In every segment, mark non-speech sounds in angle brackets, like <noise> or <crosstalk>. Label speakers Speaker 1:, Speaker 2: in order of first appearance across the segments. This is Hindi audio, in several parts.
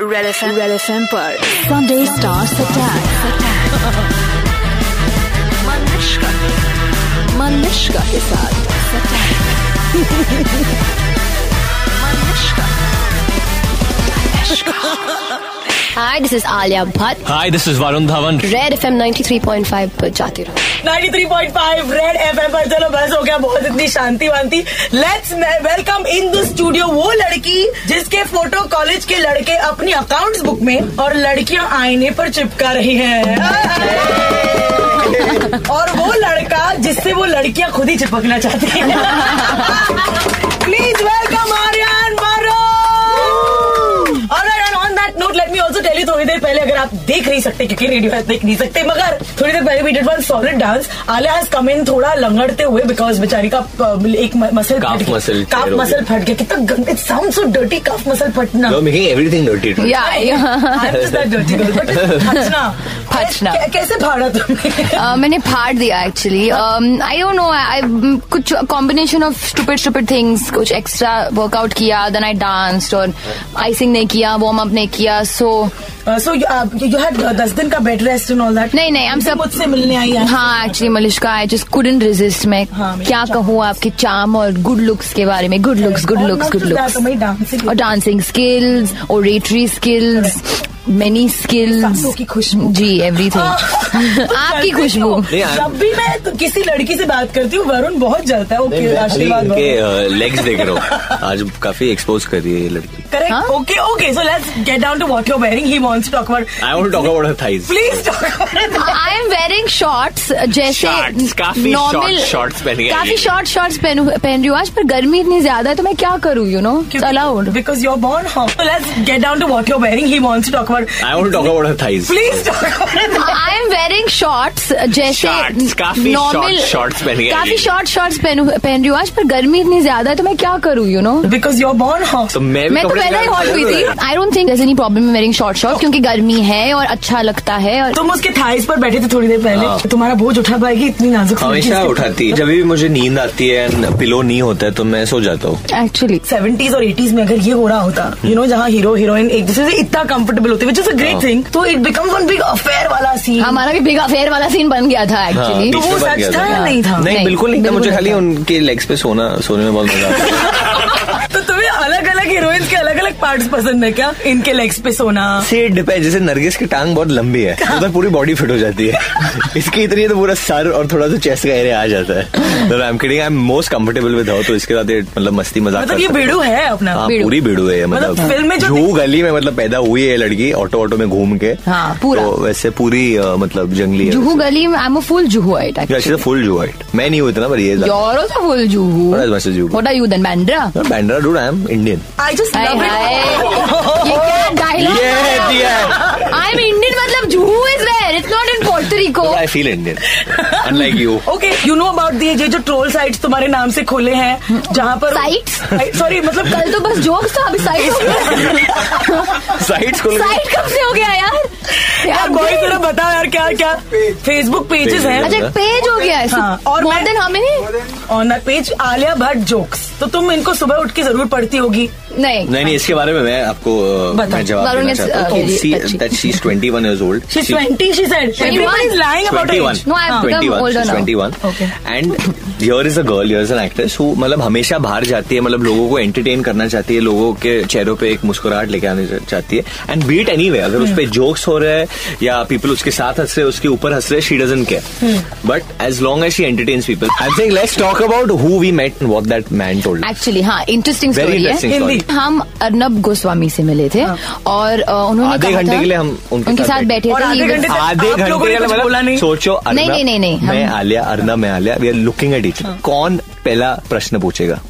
Speaker 1: Red F red F M पर संडे स्टार्स अटैक मनुष्का के साथ
Speaker 2: hi this is Alia Bhatt
Speaker 3: Hi, this is Varun Dhawan.
Speaker 2: Red F 93.5 पर जाते रहो
Speaker 4: 93.5 रेड एफएम पर चलो बस हो गया बहुत इतनी शांति वांति let's welcome in the studio वो लड़की जिसके फोटो कॉलेज के लड़के अपनी अकाउंट्स बुक में और लड़कियां आईने पर चिपका रही हैं और वो लड़का जिससे वो लड़कियां खुद ही चिपकना चाहती हैं प्लीज वेलकम आर्यन मारो और on that note let me also tell you थोड़ी देर पहले अगर आप देख नहीं सकते क्योंकि रेडियो है देख नहीं सकते मगर थोड़ी देर पहले we did one solid dance Alia has come in थोड़ा लंगड़ते हुए बिकॉज बेचारी का अ, एक muscle
Speaker 3: Calf muscle
Speaker 4: calf
Speaker 3: tear हो
Speaker 4: मसल
Speaker 3: गया।
Speaker 4: फट गया कितना गंदे sound so dirty calf muscle फटना
Speaker 3: You're making everything dirty. today.
Speaker 2: या <laughs>
Speaker 4: I'm just that dirty girl, but
Speaker 3: <laughs>
Speaker 4: it's फटना
Speaker 2: फटना।
Speaker 4: कै- कैसे फाड़ा तुमने
Speaker 2: Uh, मैंने फाड़ दिया Um, actually I don't know I कुछ combination of stupid stupid things कुछ एक्स्ट्रा वर्कआउट किया देन आई डांस्ड और आइसिंग नहीं किया वार्म अप नहीं किया सो
Speaker 4: सो यू हैड दस दिन का bed rest and all that
Speaker 2: नहीं नहीं हम सब
Speaker 4: मुझसे मिलने आई है
Speaker 2: हाँ actually Malishka I just couldn't resist मैं
Speaker 4: हाँ, मेरे
Speaker 2: क्या
Speaker 4: charm.
Speaker 2: कहूँ आपके चाम और गुड लुक्स के बारे में गुड लुक्स गुड
Speaker 4: और तो
Speaker 2: looks
Speaker 4: not
Speaker 2: good
Speaker 4: just that,
Speaker 2: looks
Speaker 4: हमारी dancing
Speaker 2: और dancing skills oratory skills many
Speaker 4: सांसों
Speaker 2: स्किल्स
Speaker 4: की खुशबू।
Speaker 2: जी
Speaker 4: <laughs>
Speaker 2: एवरीथिंग आपकी खुशबू
Speaker 3: नहीं, I'm-
Speaker 4: जब भी मैं तो किसी लड़की से बात करती हूँ वरुण बहुत जलता है
Speaker 3: नहीं,
Speaker 4: ओके
Speaker 3: मैं खाली
Speaker 4: आशीर्वाद
Speaker 3: इनके लेग्स uh, देख रहा हूँ आज काफी एक्सपोज कर रही है ये लड़की
Speaker 2: हाँ?
Speaker 4: Correct okay okay so let's get down to what you are wearing he wants to talk about
Speaker 3: I want talk about her thighs
Speaker 4: please talk about
Speaker 2: I am wearing shorts जैसे नॉर्मल
Speaker 3: Shorts, काफी short shorts पहन के आई
Speaker 2: काफी
Speaker 3: है।
Speaker 2: शॉर्ट शॉर्ट्स पहन पहन रही हूँ आज पर गर्मी इतनी ज्यादा है तो मैं क्या करूँ you know allowed
Speaker 4: because you are born hot so let's get down to what you are wearing he wants to talk about
Speaker 3: I want talk about her thighs
Speaker 4: please talk about
Speaker 2: I am wearing shorts
Speaker 3: Shorts,
Speaker 2: जैसे
Speaker 3: काफी
Speaker 2: नॉर्मल
Speaker 3: short shorts पहन के आई
Speaker 2: काफी
Speaker 3: है।
Speaker 2: शॉर्ट शॉर्ट्स पहन पहन रही हूँ आज पर गर्मी इतनी ज्यादा है तो मैं क्या करूँ you know
Speaker 4: because you are born hot
Speaker 3: तो मैं भी
Speaker 2: मैं तो
Speaker 3: कपड़े
Speaker 2: पहले ही हॉट
Speaker 3: निकाल
Speaker 2: हुई थी
Speaker 3: रहा
Speaker 2: I don't think any problem wearing short short क्योंकि गर्मी है और अच्छा लगता है
Speaker 3: तो-
Speaker 2: और
Speaker 4: तुम उसके थाइस पर बैठे थे थोड़ी देर पहले तुम्हारा बोझ उठा पाएगी इतनी नाजुक
Speaker 3: हूँ। हाँ। हमेशा उठाती है जब भी मुझे नींद आती है एंड पिलो नहीं होता है तो मैं सो जाता हूँ
Speaker 2: एक्चुअली
Speaker 4: सेवेंटीज और एटीज में अगर ये हो रहा होता यू नो जहाँ हीरो हीरोइन एक दूसरे से इतना कंफर्टेबल होते which is a great thing तो it becomes one big affair वाला सीन
Speaker 2: हमारा भी बिग अफेयर वाला सीन बन गया
Speaker 3: हाँ,
Speaker 2: था एक्चुअली
Speaker 4: तो
Speaker 3: बीच
Speaker 4: वो
Speaker 3: में बन
Speaker 4: सच
Speaker 3: गया
Speaker 4: था
Speaker 3: था।
Speaker 4: या नहीं था
Speaker 3: नहीं
Speaker 2: नहीं,
Speaker 3: बिल्कुल नहीं था
Speaker 2: बिल्कुल
Speaker 3: मुझे
Speaker 2: नहीं
Speaker 3: खाली
Speaker 2: था।
Speaker 3: उनके लेग्स पे सोना सोने में बहुत मजा आता है
Speaker 4: तो तुम्हें अलग अलग हीरोइंस के अलग अलग पार्ट्स पसंद है क्या इनके लेग्स पे सोना
Speaker 3: से डिपेंड जैसे नरगिस की टांग बहुत लंबी है उधर पूरी बॉडी फिट हो जाती
Speaker 4: <laughs>
Speaker 3: है इसकी इतनी है तो पूरा सर और थोड़ा सा चेस्ट का एरिया आ जाता है तो I am kidding I am most comfortable with her तो इसके साथ ये मतलब मस्ती मजाक
Speaker 4: मतलब
Speaker 3: कर
Speaker 4: ये
Speaker 3: सकते हैं।
Speaker 4: बेड़ू है अपना
Speaker 3: हाँ,
Speaker 2: बेड़ू।
Speaker 3: पूरी बेड़ू है ये,
Speaker 4: मतलब
Speaker 3: मतलब
Speaker 4: फिल्म में जो-
Speaker 3: जू गली में मतलब पैदा हुई है ये लड़की ऑटो ऑटो में घूम के
Speaker 2: हाँ, पूरा।
Speaker 3: तो वैसे पूरी अ, मतलब जंगली
Speaker 2: जुहू
Speaker 3: है
Speaker 2: गली में I am a full Juhu right
Speaker 3: full जू मैं नहीं हुई इतना पर ये
Speaker 2: You're also full Juhu.
Speaker 3: What else is Juhu?
Speaker 2: What are you then, Bandra?
Speaker 3: Bandra dude I am Indian
Speaker 4: I just
Speaker 2: hi,
Speaker 4: love
Speaker 2: hi.
Speaker 4: It
Speaker 2: ये क्या dialogue
Speaker 3: ये
Speaker 2: है?
Speaker 3: दिया है।
Speaker 2: I am Indian मतलब Juhu is there. It's not in Puerto Rico.
Speaker 3: I feel Indian
Speaker 4: <laughs>
Speaker 3: unlike you
Speaker 4: okay you know about the ये जो ट्रोल साइट्स तुम्हारे नाम से खोले हैं जहाँ पर
Speaker 2: Sites?
Speaker 4: सॉरी मतलब
Speaker 2: कल तो बस जोक्स था अभी साइड
Speaker 3: साइट्स खोल
Speaker 2: साइड कब से हो गया यार
Speaker 4: यार बॉय
Speaker 2: please.
Speaker 4: जरा बताओ यार क्या क्या फेसबुक पेजेस हैं
Speaker 2: अच्छा पेज हो गया है
Speaker 4: हाँ, और
Speaker 2: मोर
Speaker 4: मैं-
Speaker 2: then how many
Speaker 4: on that page Alia Bhatt jokes तो तुम इनको सुबह उठ के जरूर पढ़ती होगी
Speaker 2: नहीं
Speaker 3: नहीं नहीं इसके बारे में मैं आपको अ,
Speaker 4: बताओ।
Speaker 3: मैं जवाब
Speaker 2: वरुण
Speaker 3: देना
Speaker 2: is,
Speaker 3: चाहता
Speaker 2: uh,
Speaker 3: हूँ
Speaker 2: very
Speaker 3: सी
Speaker 2: touchy.
Speaker 3: That she is 21 years old
Speaker 4: She's
Speaker 3: She-
Speaker 4: 20 she said. Everybody is lying about her age.
Speaker 3: 21
Speaker 2: No, I have become
Speaker 3: 21,
Speaker 2: older
Speaker 3: she's
Speaker 2: now.
Speaker 3: 21
Speaker 4: Okay.
Speaker 3: And here is a girl here is an actress who मतलब हमेशा बाहर जाती है मतलब लोगों को एंटरटेन करना चाहती है लोगों के चेहरों पे एक मुस्कुराहट लेके आने चा- चाहती है एंड बीट एनी वे अगर उस
Speaker 2: Hmm.
Speaker 3: पे जोक्स हो रहे हैं या पीपल उसके साथ हंस रहे हैं उसके ऊपर हंस रहे हैं she doesn't care
Speaker 2: Hmm.
Speaker 3: But as long as she entertains people I think let's talk about who we met what that man told
Speaker 2: actually हाँ इंटरेस्टिंग
Speaker 3: वेरी
Speaker 2: स्टोरी है
Speaker 3: इंटरेस्टिंग
Speaker 4: Hindi. हाँ।
Speaker 3: स्टोरी
Speaker 2: हम अर्नब गोस्वामी से मिले थे और अ, उन्होंने
Speaker 3: आधे
Speaker 2: कहा
Speaker 3: घंटे
Speaker 2: था-
Speaker 3: के लिए हम उनके साथ
Speaker 2: साथ बैठे
Speaker 4: और
Speaker 2: थे
Speaker 4: आधे
Speaker 2: He was-
Speaker 4: घंटे तक
Speaker 3: आधे
Speaker 4: आप लोगों
Speaker 3: घंटे
Speaker 4: ने
Speaker 3: का
Speaker 4: कुछ
Speaker 3: मतलब
Speaker 4: बोला नहीं।
Speaker 3: सोचो अर्नब,
Speaker 2: नहीं, नहीं, नहीं, हम-
Speaker 3: मैं आलिया अर्ना मैं Alia we are looking at each
Speaker 4: हाँ।
Speaker 3: कौन पहला प्रश्न पूछेगा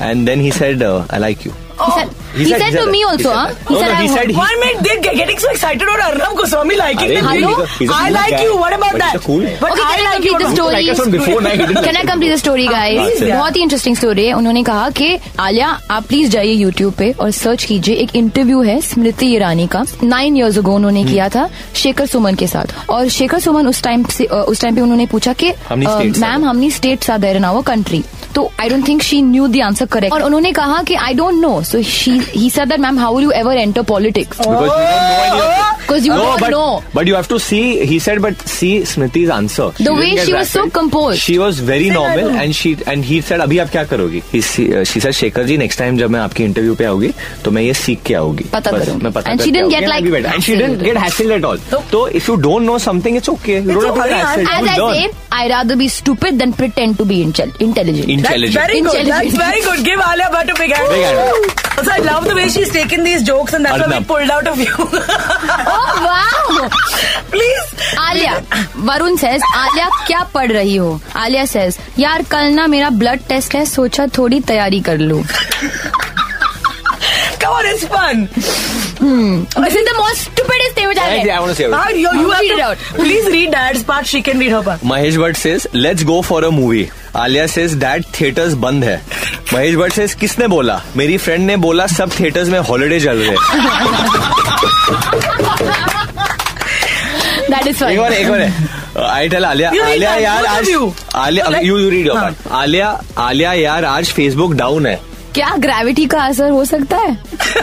Speaker 3: and then he said I like you
Speaker 4: Oh,
Speaker 2: He said- he said to me also, huh? He said, I'm-
Speaker 4: Why made they get- getting so excited about Arnab Goswami liking them?
Speaker 2: Hello?
Speaker 4: I like you. What about that? But
Speaker 2: Okay,
Speaker 4: I
Speaker 2: can I
Speaker 4: like you.
Speaker 2: complete the
Speaker 4: Arnab.
Speaker 2: story? Can I complete the story
Speaker 3: Ah,
Speaker 2: guys
Speaker 3: please, yeah.
Speaker 2: बहुत ही इंटरेस्टिंग स्टोरी है उन्होंने कहा कि आलिया आप प्लीज जाइए यूट्यूब पे और सर्च कीजिए एक इंटरव्यू है स्मृति ईरानी का नाइन इयर्स अगो उन्होंने किया था शेखर सुमन के साथ और uh, शेखर सुमन उस टाइम से अ, उस टाइम पे उन्होंने पूछा कि
Speaker 3: How many
Speaker 2: अ,
Speaker 3: states are
Speaker 2: ma'am how many states are there in our country तो I don't think she knew the answer correct और उन्होंने कहा कि I don't know so she he said that ma'am how will you ever enter politics
Speaker 3: Because you don't know
Speaker 2: because
Speaker 3: any of it.
Speaker 2: You
Speaker 3: no,
Speaker 2: don't
Speaker 3: but,
Speaker 2: no
Speaker 3: but you have to see. He said, but see Smriti's answer.
Speaker 2: The
Speaker 3: didn't
Speaker 2: way
Speaker 3: get
Speaker 2: she was
Speaker 3: that
Speaker 2: so
Speaker 3: right.
Speaker 2: composed.
Speaker 3: She was very
Speaker 4: said, "I
Speaker 3: normal,
Speaker 4: don't know."
Speaker 3: and she and he said, अभी आप क्या करोगी? He uh, she said, Shekhar ji, next time जब मैं आपकी इंटरव्यू पे आऊंगी, तो मैं ये सीख के आऊंगी.
Speaker 2: पता
Speaker 3: बस,
Speaker 2: करूंगी.
Speaker 3: मैं पता
Speaker 2: And she
Speaker 3: करके
Speaker 2: didn't get
Speaker 3: आऊंगी,
Speaker 2: like
Speaker 3: I'll be better. and she
Speaker 2: hassled.
Speaker 3: didn't get hassled at all.
Speaker 4: No.
Speaker 3: So if you don't know something, it's okay. You don't have to
Speaker 4: okay.
Speaker 3: get hassled.
Speaker 2: As I
Speaker 3: You learn.
Speaker 2: say, I'd rather be stupid than pretend to be intel- intelligent.
Speaker 4: That's
Speaker 3: Intelligent.
Speaker 4: very good. That's
Speaker 2: Intelligent.
Speaker 4: very good. Give Alia Bhatt a big hand.
Speaker 3: Big hand.
Speaker 4: Woo! Also, I love the way she's taken these jokes and that's why we
Speaker 3: Arnab.
Speaker 4: pulled out of you. <laughs>
Speaker 2: oh wow!
Speaker 4: Please.
Speaker 2: Alia Varun says Alia क्या पढ़ रही हो आलिया says यार कल ना मेरा ब्लड टेस्ट है सोचा थोड़ी तैयारी कर लूं
Speaker 4: Come on, it's fun.
Speaker 2: This is the most stupidest thing which I
Speaker 3: Actually, I want to say.
Speaker 4: Now you, you
Speaker 2: I'll
Speaker 4: have
Speaker 2: read
Speaker 4: to,
Speaker 2: it out.
Speaker 4: Please read Dad's part. She can read her part.
Speaker 3: Mahesh Bhatt says, let's go for a movie. Alia says that theaters बंद है महेश भट्ट says किसने बोला मेरी फ्रेंड ने बोला सब थिएटर्स में हॉलीडे चल रहे हैं
Speaker 2: दैट इज
Speaker 3: एक और
Speaker 2: फनी
Speaker 3: एक और है I tell Alia
Speaker 4: You read
Speaker 3: Alia
Speaker 4: that,
Speaker 3: यार
Speaker 4: both of
Speaker 3: आज
Speaker 4: you.
Speaker 3: Alia
Speaker 4: Let-
Speaker 3: you you read
Speaker 4: हाँ.
Speaker 3: आलिया आलिया यार आज फेसबुक डाउन है
Speaker 2: क्या ग्रेविटी का असर हो सकता है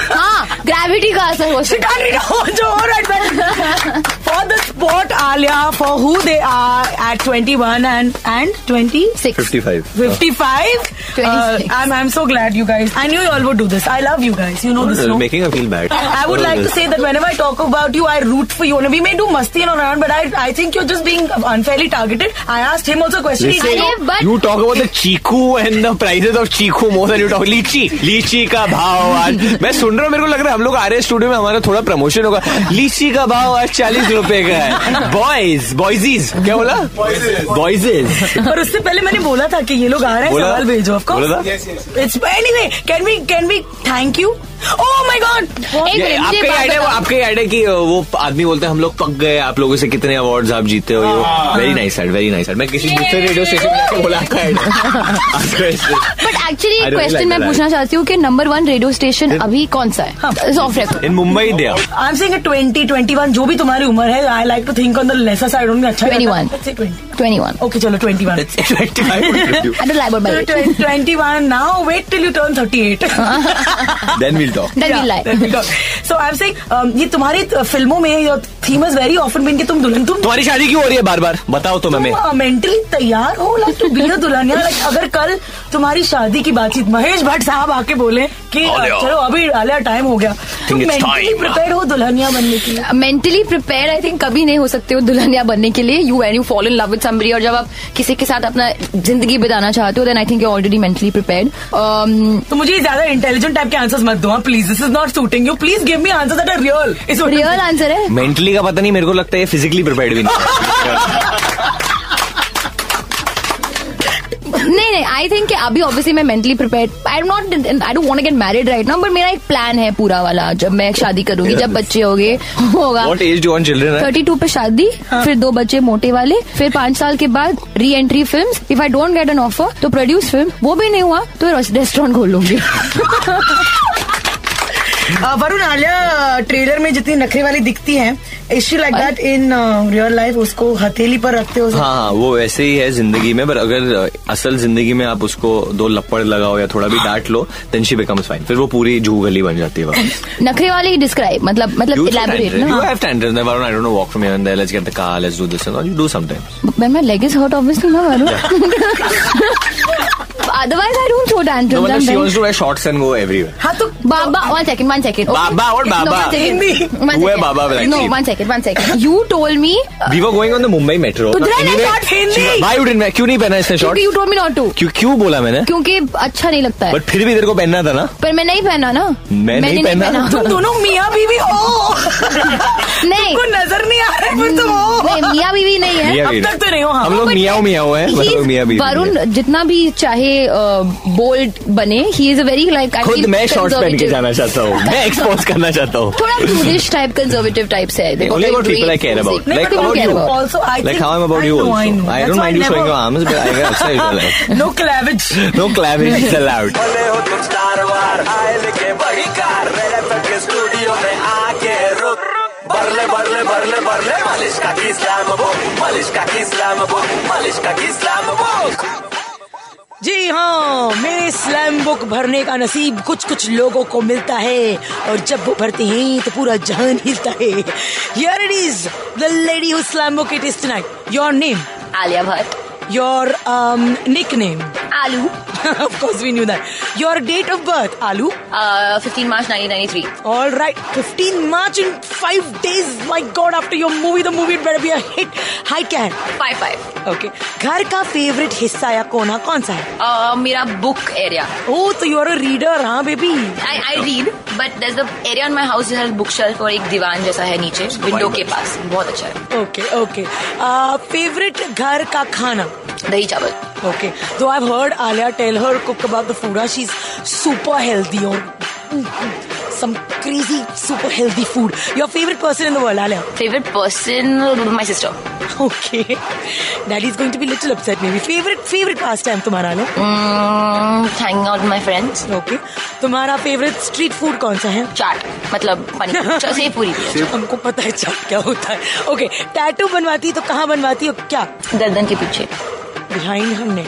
Speaker 2: हाँ ग्रेविटी का असर हो
Speaker 4: She
Speaker 2: सकता
Speaker 4: can't read all, jo, all right, well. For the sport, Alia, for who they are at 21 and, and 20?
Speaker 2: है six
Speaker 3: 55
Speaker 4: 55?
Speaker 2: 26.
Speaker 4: Uh, I'm, I'm so glad you guys. I knew you all would do this. I love you guys. You know
Speaker 3: Uh,
Speaker 4: this, no?
Speaker 3: Making a feel bad
Speaker 4: I would like to say that whenever I talk about you, I root for you. And we may do musty and all around, but I, I think you're just being unfairly targeted. I asked him also a question. He said,
Speaker 2: Listen. अरे, but-
Speaker 3: you talk about the chikoo and the prices of chikoo more than you talk लीची लीची का भाव आज मैं सुन रहा हूँ मेरे को लग रहा है हम लोग आ रहे हैं स्टूडियो में हमारा थोड़ा प्रमोशन होगा लीची का भाव आज चालीस रुपए का है बॉयज बॉयजीज क्या बोला बॉयजेज
Speaker 4: पर "Oh," उससे पहले मैंने बोला था कि ये लोग आ रहे हैं
Speaker 3: बोला?
Speaker 4: सवाल भेजो ऑफ कोर्स
Speaker 3: बोला था?
Speaker 4: It's anyway can we can we thank you oh my god
Speaker 2: एक मिनट मुझे
Speaker 3: आपका
Speaker 2: बात
Speaker 3: आइडिया
Speaker 2: बताओ।
Speaker 3: आपका आइडिया कि अ, वो आदमी बोलते हैं हम लोग पक गए आप लोगों से कितने अवार्ड्स आप जीते हो
Speaker 4: हाँ।
Speaker 3: Very nice sir very nice sir मैं किसी दूसरे रेडियो स्टेशन में जाके बोला आपका <laughs> idea.
Speaker 2: बट एक्चुअली
Speaker 3: I
Speaker 2: एक
Speaker 3: don't like
Speaker 2: क्वेश्चन मैं
Speaker 3: that.
Speaker 2: पूछना चाहती हूँ कि नंबर वन रेडियो स्टेशन अभी कौन सा
Speaker 3: हाँ.
Speaker 2: है of
Speaker 3: In Mumbai, they are.
Speaker 4: I am saying 20 21 जो भी तुम्हारी उम्र है I like to think on the lesser side only अच्छा
Speaker 2: 21. ट्वेंटी वन
Speaker 4: ओके चलो 21 <laughs>
Speaker 3: It's <laughs> 25.
Speaker 2: I don't like about my
Speaker 4: So, 21 now wait till you turn 38
Speaker 3: Then we'll talk.
Speaker 2: That will
Speaker 4: Then we
Speaker 2: like
Speaker 4: talk. so I'm saying um, ये तुम्हारी uh, फिल्मों में your theme is very often been कि तुम दुल्हन तुम
Speaker 3: तुम्हारी शादी क्यों हो रही है बार बार बताओ तो हमें
Speaker 4: मेंटली तैयार हो लाइक टू बी अ दुल्हन यार like, अगर कल तुम्हारी शादी की बातचीत महेश भट्ट साहब आके बोले कि uh,
Speaker 3: आलिया।
Speaker 4: चलो अभी आलिया टाइम हो गया तुम
Speaker 3: it's
Speaker 4: मेंटली
Speaker 3: time. हाँ।
Speaker 4: प्रिपेयर हो दुल्हनिया बनने के लिए
Speaker 2: मेंटली प्रिपेयर आई थिंक कभी नहीं हो सकते हो दुल्हनिया बनने के लिए you and you fall in love with somebody और जब आप किसी के साथ अपना जिंदगी बिताना चाहते हो then I think you already mentally prepared
Speaker 4: तो मुझे ज्यादा इंटेलिजेंट टाइप के आंसर्स मत दो हाँ, please this is not suiting you please give me answer that are real is
Speaker 2: real answer है
Speaker 3: मेंटली का पता नहीं मेरे को लगता है फिजिकली प्रिपेयर्ड भी नहीं है।
Speaker 2: नहीं नहीं आई थिंक अभी ऑब्वियसली मैं mentally prepare I am not I don't want get married right now but मेरा एक प्लान है पूरा वाला जब मैं शादी करूंगी जब बच्चे होंगे होगा
Speaker 3: What age do you want children at?
Speaker 2: Thirty two पे शादी फिर दो बच्चे मोटे वाले फिर पांच साल के बाद reentry film if I don't get an offer तो प्रोड्यूस फिल्म वो भी नहीं हुआ तो रेस्टोरेंट खोल लूंगी
Speaker 4: वरुण आलिया ट्रेलर में जितनी नखरे वाली दिखती है issue like that in real life उसको हथेली पर रखते हो
Speaker 3: हाँ हाँ, वो वैसे ही है जिंदगी में पर अगर अ, असल जिंदगी में आप उसको दो लपड़ लगाओ या थोड़ा भी
Speaker 2: हाँ।
Speaker 3: डांट लो देन शी बिकम्स फाइन फिर वो पूरी जूह गली बन
Speaker 2: <laughs>
Speaker 3: जाती है वापस
Speaker 2: नखरे वाले ही डिस्क्राइब मतलब मतलब
Speaker 3: You two
Speaker 2: elaborate
Speaker 3: tantrums. You
Speaker 2: ना
Speaker 3: have tantrums. Then, Varun, I don't know, walk from here and there. Let's get the car. Let's do this and all. You do sometimes.
Speaker 2: मैं मैं लेग इज हर्ट ऑब्वियसली ना Varun otherwise I don't throw
Speaker 3: No,
Speaker 2: tantrums
Speaker 3: but
Speaker 2: I
Speaker 3: she wants to wear shorts and go everywhere.
Speaker 4: हाँ तो
Speaker 2: Baba, one second, one second. Okay.
Speaker 3: Baba or
Speaker 2: No,
Speaker 3: Baba?
Speaker 2: one second.
Speaker 4: Hindi.
Speaker 2: One
Speaker 3: Who है
Speaker 2: second.
Speaker 3: Baba black
Speaker 2: No,
Speaker 3: sheep?
Speaker 2: one second, one second. You told me. uh,
Speaker 3: We were going on the Mudrai metro.
Speaker 2: तो धरण है shorts.
Speaker 3: She- Why you didn't wear? क्यों नहीं पहना इसने
Speaker 2: क्योंकि
Speaker 3: shorts?
Speaker 2: you told me not to.
Speaker 3: क्यों क्यों बोला मैंने?
Speaker 2: क्योंकि अच्छा नहीं लगता है
Speaker 3: But फिर भी तेरे को पहनना था ना?
Speaker 2: पर मैं नहीं पहना ना
Speaker 3: मैं नहीं
Speaker 2: मैंने
Speaker 3: पहना। तो-
Speaker 4: तुम दोनों मियाँ बीवी हो
Speaker 2: नहीं
Speaker 4: तुमको नजर नहीं आ रहा है, तो पर तुम हो
Speaker 2: नहीं, मियाँ बीवी नहीं है
Speaker 3: मियाँ
Speaker 4: अब
Speaker 3: भी
Speaker 4: तक तो नहीं हो, हाँ।
Speaker 3: हम लोग
Speaker 2: But
Speaker 3: मियाँ मियाँ हैं
Speaker 2: he
Speaker 3: मतलब
Speaker 2: is-
Speaker 3: मियाँ भी
Speaker 2: वरुण जितना भी चाहे बोल्ड बने ही इज अ वेरी लाइक
Speaker 3: खुद मैं शॉर्ट्स पहन के जाना चाहता हूँ मैं एक्सपोज करना चाहता हूँ
Speaker 2: थोड़ा ब्रूडिश टाइप कंजर्वेटिव टाइप से है देखो,
Speaker 3: Only about
Speaker 2: very
Speaker 3: people I
Speaker 2: brave,
Speaker 3: care about.
Speaker 2: music.
Speaker 3: Like
Speaker 2: People
Speaker 3: about
Speaker 2: care
Speaker 3: you.
Speaker 2: about.
Speaker 4: Also, I
Speaker 3: Like
Speaker 4: think-
Speaker 3: how I'm about
Speaker 4: I
Speaker 3: you
Speaker 4: know,
Speaker 3: also.
Speaker 4: I know.
Speaker 3: I
Speaker 4: That's
Speaker 3: don't
Speaker 4: why
Speaker 3: mind
Speaker 4: I
Speaker 3: you showing
Speaker 4: never-
Speaker 3: your arms, but I get
Speaker 4: <laughs>
Speaker 3: upset with that.
Speaker 4: No cleavage
Speaker 3: No clavage
Speaker 4: <laughs>
Speaker 3: is allowed.
Speaker 5: Bollywood star वार आए लेके बड़ी कार मेरे फैक्ट्री स्टूडियो में आके रुक बरले बरले बरले बरले मालिश का की स्लैम वो मालिश का की स्लैम वो मालिश का की स्लैम वो
Speaker 4: जी हाँ मेरे स्लैम बुक भरने का नसीब कुछ कुछ लोगों को मिलता है और जब वो भरते हैं तो पूरा जहान हिलता है here it is the lady who slam book it is tonight your name
Speaker 2: Alia Bhatt
Speaker 4: your nick name
Speaker 2: Aloo
Speaker 4: um, <laughs> of course we knew that your date of birth alu
Speaker 2: fifteen March nineteen ninety three
Speaker 4: all right 15 march in 5 days my god after your movie the movie better be a hit hi can
Speaker 2: five five
Speaker 4: okay घर का favorite हिस्सा या कोना कौन सा है
Speaker 2: Uh, मेरा बुक एरिया
Speaker 4: oh तो you're a reader हाँ baby
Speaker 2: I I read but this the area on my house book shelf और एक दीवान जैसा है नीचे विंडो के पास बहुत अच्छा है
Speaker 4: okay okay uh, favorite घर का खाना
Speaker 2: दही चावल
Speaker 4: Okay. Though I've heard Alia tell her cook about the fooda, she's super healthy or some crazy super healthy food. Your favorite person in the world, Alia.
Speaker 2: Favourite person my sister
Speaker 4: Okay. Daddy's going to be little upset maybe. Favorite favorite pastime तुम्हारा Alia.
Speaker 2: Hang out my friends
Speaker 4: Okay. तुम्हारा favorite street food कौन सा है?
Speaker 2: चाट मतलब पनीर च- सेव पूरी
Speaker 4: हमको पता है चाट क्या होता है ओके टैटू बनवाती तो कहाँ बनवाती और क्या
Speaker 2: गर्दन के पीछे
Speaker 4: बिहाइंड हमने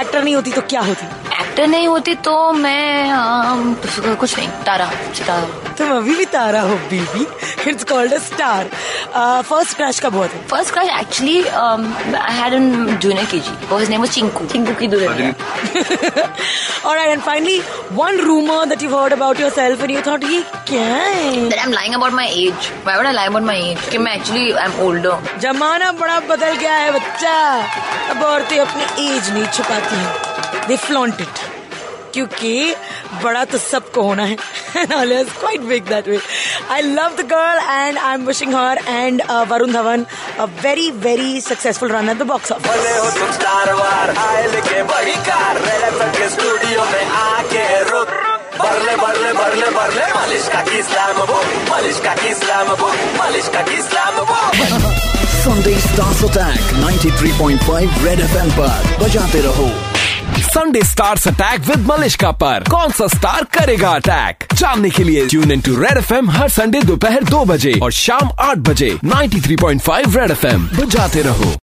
Speaker 4: एक्टर नहीं होती तो क्या होती
Speaker 2: एक्टर नहीं होती तो मैं अम, कुछ नहीं तारा सितारा
Speaker 4: तुम अभी भी तारा हो baby it's called a star first crush Uh, का बहुत है <laughs>
Speaker 2: first class actually I had in junior K G his name was Chinku Chinku की दुल्हनिया
Speaker 4: All right, and finally, one rumor that you've heard about yourself and you thought, ये क्या है?
Speaker 2: that I'm lying about my age. Why would I lie about my age? कि मैं actually I'm older.
Speaker 4: जमाना बड़ा बदल गया है बच्चा अब औरतें अपनी एज नहीं छुपाती हैं दे flaunt it क्योंकि बड़ा तो सबको होना है <laughs> and Alia is quite big that way I love the girl and I'm wishing her and uh, Varun Dhawan a very very successful run at the box office
Speaker 5: बने हो तुम स्टार वार आए लेके बड़ी कार रेड एफएम के स्टूडियो में आके रुक बरले बरले बरले बरले मालिश का की स्लैम बुक मालिश का की स्लैम बुक मालिश का की slam book
Speaker 6: Sunday Stars Attack 93.5 Red FM पर बजाते रहो
Speaker 7: Sunday stars attack with Malishka पर कौन सा स्टार करेगा अटैक जानने के लिए tune in to red F M हर संडे दोपहर दो बजे और शाम आठ बजे 93.5 रेड एफ एम बजाते रहो